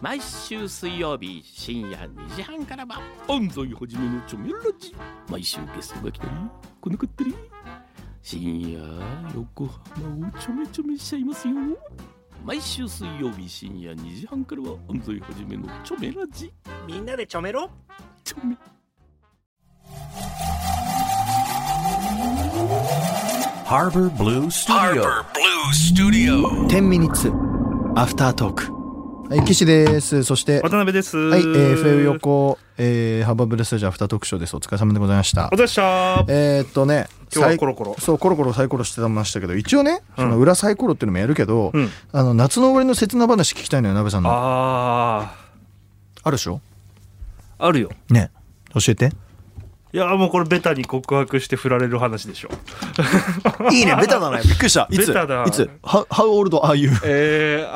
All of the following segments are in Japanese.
毎週水曜日深夜2時半からは安西はじめのチョメラジ毎週ゲストが来たり来なかったり深夜横浜をちょめちょめしちゃいますよ毎週水曜日深夜2時半からは安西はじめのチョメラジみんなでちょめろチョメ10ミニッツアフタートークはい岸ですそして渡辺です。は、はいえー、FM 横、えー、ハーバーブルースタジオアフタートークショーですお疲れ様でございましたお疲れっした。えー、っとね今日サはイコロコロ。そうコロコロサイコロしてましたけど一応ねその裏サイコロっていうのもやるけど、うんあの夏の終わりの切な話聞きたいのよ鍋さんのああるでしょあ、あるよ。ね教えていや、もうこれベタに告白して振られる話でしょ。 いいねベタだね びっくりしたいつベタだいつ How, how old are you? えー、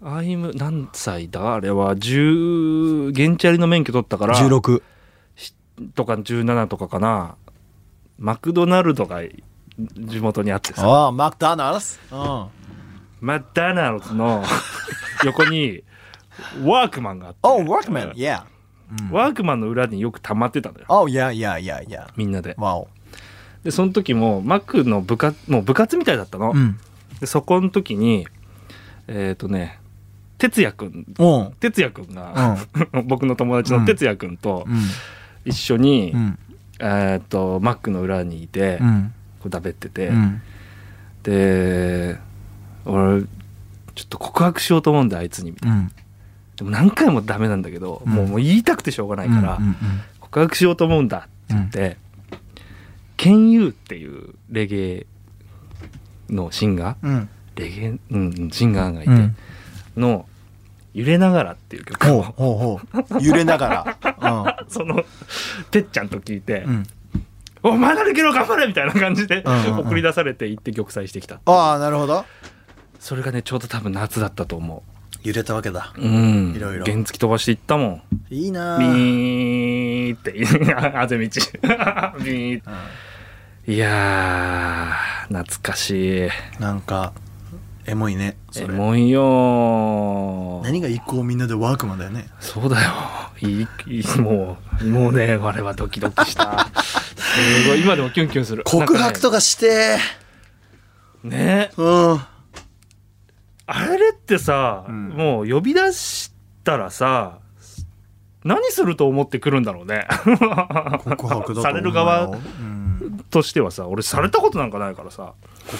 I'm、I'm 何歳だあれは、10、現地やりの免許取ったから、 16とか17とかかな。マクドナルドが地元にあってさ、ああマクダナルスうんマッダナルドの横に、ワークマンがあって、 Oh, workman, yeah. ワークマンの裏によく溜まってたのよ。 Oh, yeah, yeah, yeah, yeah. みんなで。 Wow. で、その時も、マックの部活、もう部活みたいだったの。うん。でそこの時にえっ、とね哲也くんうん。うん。哲也くんが、 僕の友達の哲也くんと一緒に、うん。えっ、とマックの裏にいうて、こん。うだべってて、うん。で俺ちょっと告白しようと思うんだあいつにみたいなうん。でも何回もダメなんだけど、うんもうもう言いたくてしょうがないから、うん。告白しようと思うんだって言って「ケンユー」っていうレゲエのシンガーうん。レゲエ、うんうん、シンガーがいて、うん。の「揺れながら」っていう曲ほうをほうほう。 揺れながら。 そのてっちゃんと聞いてうん。うん。 「お前なるけど頑張れ!」みたいな感じでうんうんうん送り出されて行って玉砕してきたああ、なるほど。それがねちょうど多分夏だったと思揺れたわけだ。ううんいろいろ原付飛ばしていったもんいいなビーーって あぜ道ビーいやー懐かしいなんか、エモいね。そエれモいよー何が一個みんなでワークマンだよね。そうだよ。いい、いいもう、もうね、我はドキドキした。すごい、今でもキュンキュンする。告白とかかしてね。ねー。うん。あれってさ、うんもう呼び出したらさ、何すると思ってくるんだろうね。告白だと思うよ される側うんとしてはさ、俺されたことなんかないからさ、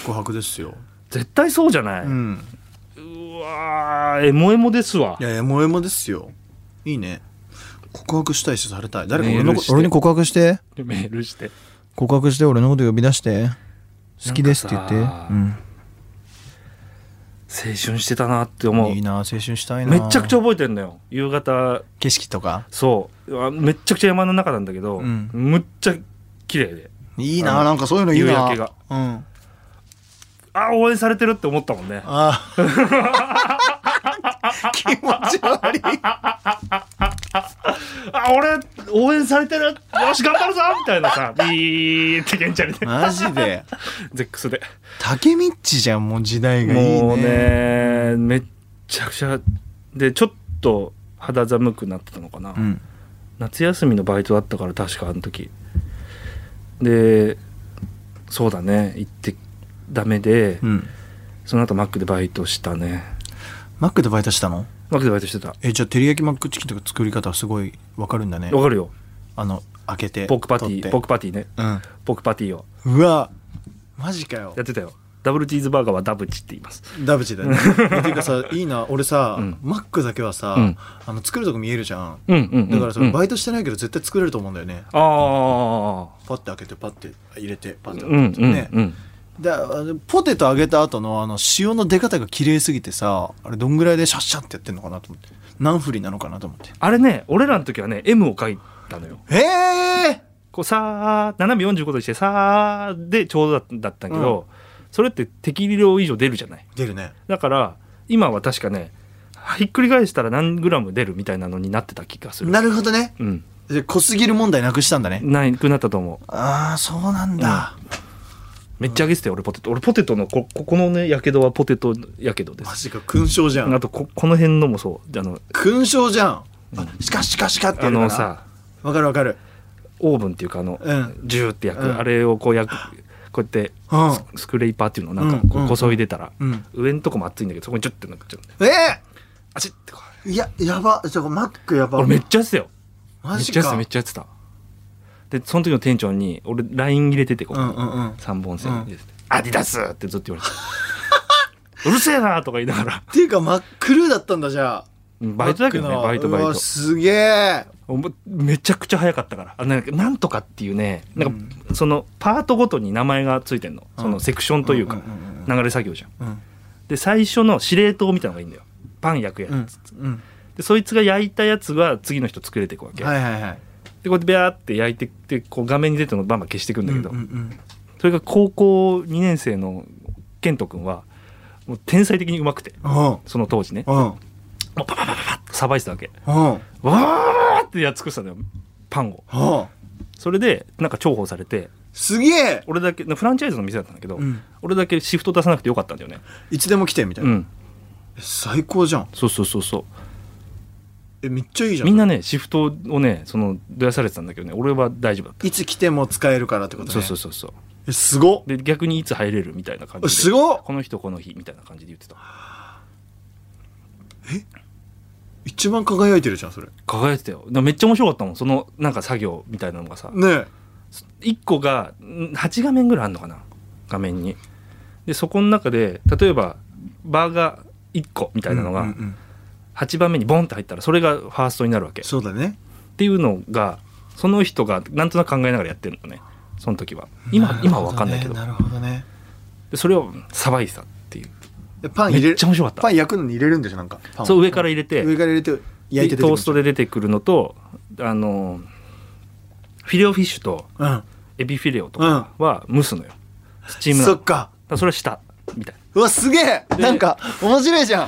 告白ですよ。絶対そうじゃない。う。うんわー、エモエモですわい。や、エモエモですよ。いいね。告白したいし、されたい。誰か俺メのールこして俺に告白して。メールして。告白して、俺のこと呼び出して。好きですって言って。なんかさうん。青春してたなって思う。いいな青春したいなめちゃくちゃ覚えてんのよ。夕方、景色とかそうあめっちゃくちゃ山の中なんだけど、うんむっちゃ綺麗でいいあなのなんかそういうのいいな夕焼けがうんあ応援されてるって思ったもんねああ 気持ち悪いあ俺応援されてるよし頑張るぞみたいなさビーってゲンチャリでマジでゼックスで竹道じゃんもう時代がいいねもうねめっちゃくちゃでちょっと肌寒くなってたのかうな、ん夏休みのバイトだったから確かあの時でそうだね行ってダメで、うんその後マックでバイトしたねマックでバイトしたのマックでバイトしてたえじゃあ照り焼きマックチキンとか作り方はすごいわかるんだねわかるよあの開けてポークパテ取っィてポークパティねポークパティをうんうわマジかよやってたよダブルチーズバーガーはダブチって言いますダブチだねていうかさいいな俺さ、うんマックだけはさ、うんあの作るとこ見えるじゃんうんうん、うんだからさ、うんバイトしてないけど絶対作れると思うんだよねああパッて開けてパッて入れてパッてう開んけてうんね、うんであのポテト揚げた後のあの塩の出方が綺麗すぎてさあれどんぐらいでシャッシャッってやってんのかなと思って何振りなのかなと思ってあれね俺らの時はね M を書いたのよええこうさー斜め45度にしてさーでちょうどだだったんだけど、それって適量以上出るじゃないー、出るねだから今は確かねひっくり返したら何グラム出るみたいなのになってた気がするなるほどねうんで濃すぎる問題なくしたんだねないくなったと思ああそうなんだ、めっちゃ揚げてたよ俺ポテト俺ポテトのこここのねやけどはポテトやけどでマすジか勲章じゃあんとここの辺のもそうあの勲章じゃんあシカシカシカってあやるからのさわかるわかるオーブンっていうかあの、うんジューって焼く、うんあれをこう焼くこうやってうんスクレーパーっていうのをなんうんかこうんうこそいでたら、うん上のとこも熱いんだけどそこにジュッてなっちゃうんだよええあちってこういややばちょマックやば俺めっちゃやってたよめマっジちゃやってかためっちゃやってたでその時の店長に俺 LINE 入れててこう、うんうんうん三本う線んです、アディダスってずっと言われ てうるせえなとか言いながらっていうか真っ黒だったんだじゃあうんバイトだけどねマッバクイのトバうイトわすげえおもめちゃくちゃ早かったからあなんかなんとかっていうねなんかそのパートごとに名前がついてんのそのセクションといううかんうんうん流れ作業じゃんうんで最初の司令塔みたいなのがいいんだよパン焼くやつ、うんうんでそいつが焼いたやつが次の人作れていくわけ、はいはいはいでこうやってビャーって焼いてってこう画面に出てるのバンバン消していくんだけど、うんうんそれが高校2年生の健人君はもう天才的にうまくてうんその当時ねうんもうパパパパパッとさばいてたわけうんわーってやっつくしたのよパンをうんそれでなんか重宝されてすげえ俺だけフランチャイズの店だったんだけど、うん俺だけシフト出さなくてよかったんだよねいつでも来てみたいうなんえ最高じゃんそうそうそうそうえめっちゃいいじゃんみんなねシフトをねそのどやされてたんだけどね俺は大丈夫だったいつ来ても使えるからってことねそうそうそうそうえすごっで逆にいつ入れるみたいな感じあですごっこの日とこの日みたいな感じで言ってた一番輝いてるじゃんそれ輝いてたよでもめっちゃ面白かったもんそのなんか作業みたいなのがさね1個がん8画面ぐらいあるのかな画面にでそこの中で例えばバーが1個みたいなのうんがうんうん8番目にボンって入ったらそれがファーストになるわけっそうだねていうのがその人がなんとなく考えながらやってるのねその時は今今は分かんないけどなるほどねでそれをさばいてたっていうでパン入れるめっちゃ面白かパっン焼くのに入れるんでしょなんかパンたをそう上から入れて上から入れて焼いてでトーストで出てくるのとあのフィレオフィッシュとうんエビフィレオとかは蒸すのよ、スチームなのそだっかからそれは下みたいうわすげえでなんか面白いじゃんな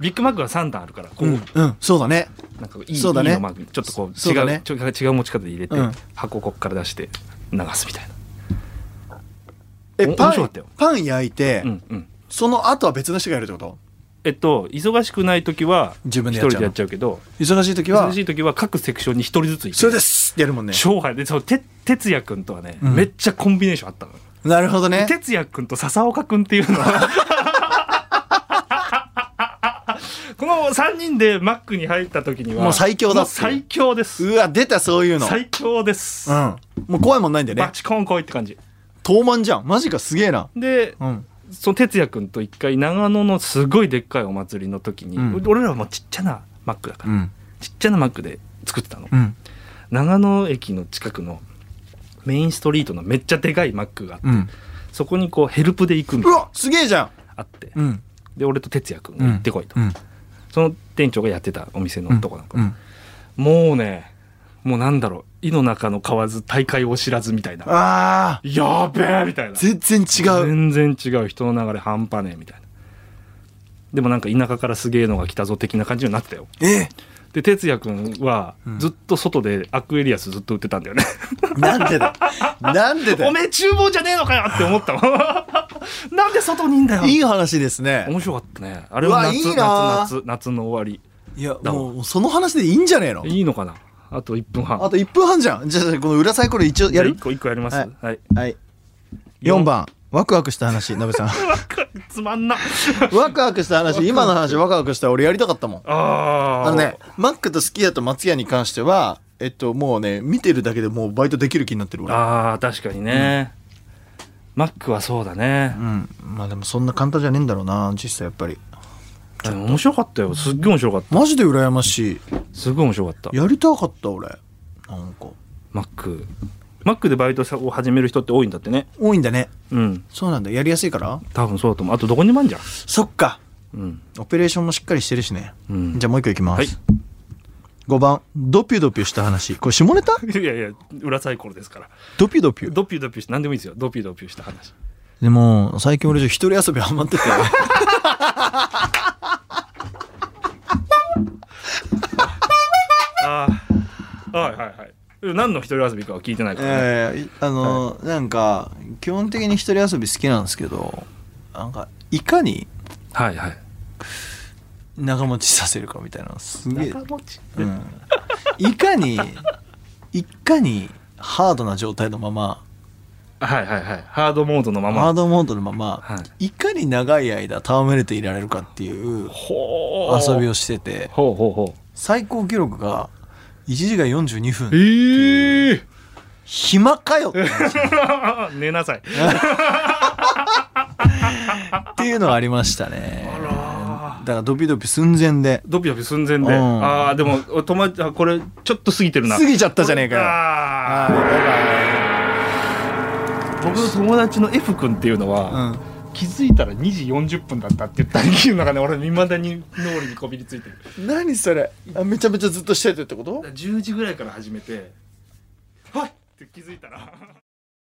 ビッグマックが3段あるからこう、うんそうだねなんかいいそうだねいいのマークちょっとこうそう違だうねちょ違う持ち方で入れて、うん箱こっから出して流すみたいなえお面パ白ンかったよパン焼いてうんうんその後は別の人がやるってことえっと忙しくない時は自分でや一っちゃうの人でやっちゃうけど忙しい時は忙しい時は各セクションに一人ずついてそれですってやるもんね勝敗でそうて哲也君とはね、うんめっちゃコンビネーションあったのよなるほどね哲也君と笹岡君っていうの はこの3人でマックに入った時にはもう最強だもう最強ですうわ出たそういうの最強です、うんもう怖いもんないんだよバねチコン来いって感じ遠満じゃんマジかすげえなでうんその哲也君と一回長野のすごいでっかいお祭りの時に、うん俺らはもうちっちゃなマックだから、んちっちゃなマックで作ってたのうん長野駅の近くのメインストリートのめっちゃでかいマックがあって、うんそこにこうヘルプで行くみうたいなのわすげえじゃんがあって、うんで俺と哲也君が行ってこいと、うんその店長がやってたお店のとこなんか、うんもうねもうなんだろう井の中の蛙大会を知らずみたいなあーやべえみたいな全然違う全然違う人の流れ半端ねえみたいなでもなんか田舎からすげえのが来たぞ的な感じになってたよえで哲也君はうんずっと外でアクエリアスずっと売ってたんだよね、なんでだなんでだおめえ厨房じゃねえのかよって思ったも んなんで外にいんだよいい話ですね面白かったねあれうはわい夏い夏な夏夏の終いやもうその話でいいんじゃねえのわりいいのかなあと1分半あと1分半じゃんじゃあこの裏サイコロ一応やる1個一個やりますははいい、 はい4番ワクワクした話なべ さんつまんなワクワクした話今の話ワクワクした俺やりたかったもんあああのねマックとスキヤと松屋に関してはえっともうね見てるだけでもうバイトできる気になってる俺あー確かにね、マックはそうだねう、んまあでもそんな簡単じゃねえんだろうな実際やっぱりでも面白かったよすっげえ面白かったマジで羨ましすっごい面白かったいやりたかった俺なんかマックマックでバイトを始める人って多いんだってね多いんだねうんそうなんだやりやすいから多分そうだと思うあとどこにもあるじゃんそっかうん、オペレーションもしっかりしてるしね、うん、じゃあもう一個いきます、はい5番ドピュドピュした話これ下ネタ いやいや裏サイコロですからドピュドピュドピュドピュして何でもいいですよドピュドピュした話でも最近俺ちょっと一人遊びハマってて ああはいはいはい何の一人遊びかは聞いてないからね、ええあの、なんか基本的に一人遊び好きなんですけどなんかいかにはいはい長持ちさせるかみたいなすげえ、持ちうん、いかにいかにハードな状態のままはいはいはいハードモードのまハーまドモードのまま、、はいかに長い間戯れていられるかっていうほう遊びをしててほうほうほ最高記録が1時間42う分ええ暇かよって話ー、 寝なさいっていうのがありましたねだからドピドピ寸前でドピドピ寸前で、うんああでもお友達あこれちょっと過ぎてるな過ぎちゃったじゃねえかよあーは僕の友達の F 君っていうのいは、バイバイ気づいたら2時40分だったって言ったっていうのがね俺未だに脳裏にこびりついてるうん何それあめちゃめちゃずっとしててってこと10時ぐらいから始めてはいって気づいたら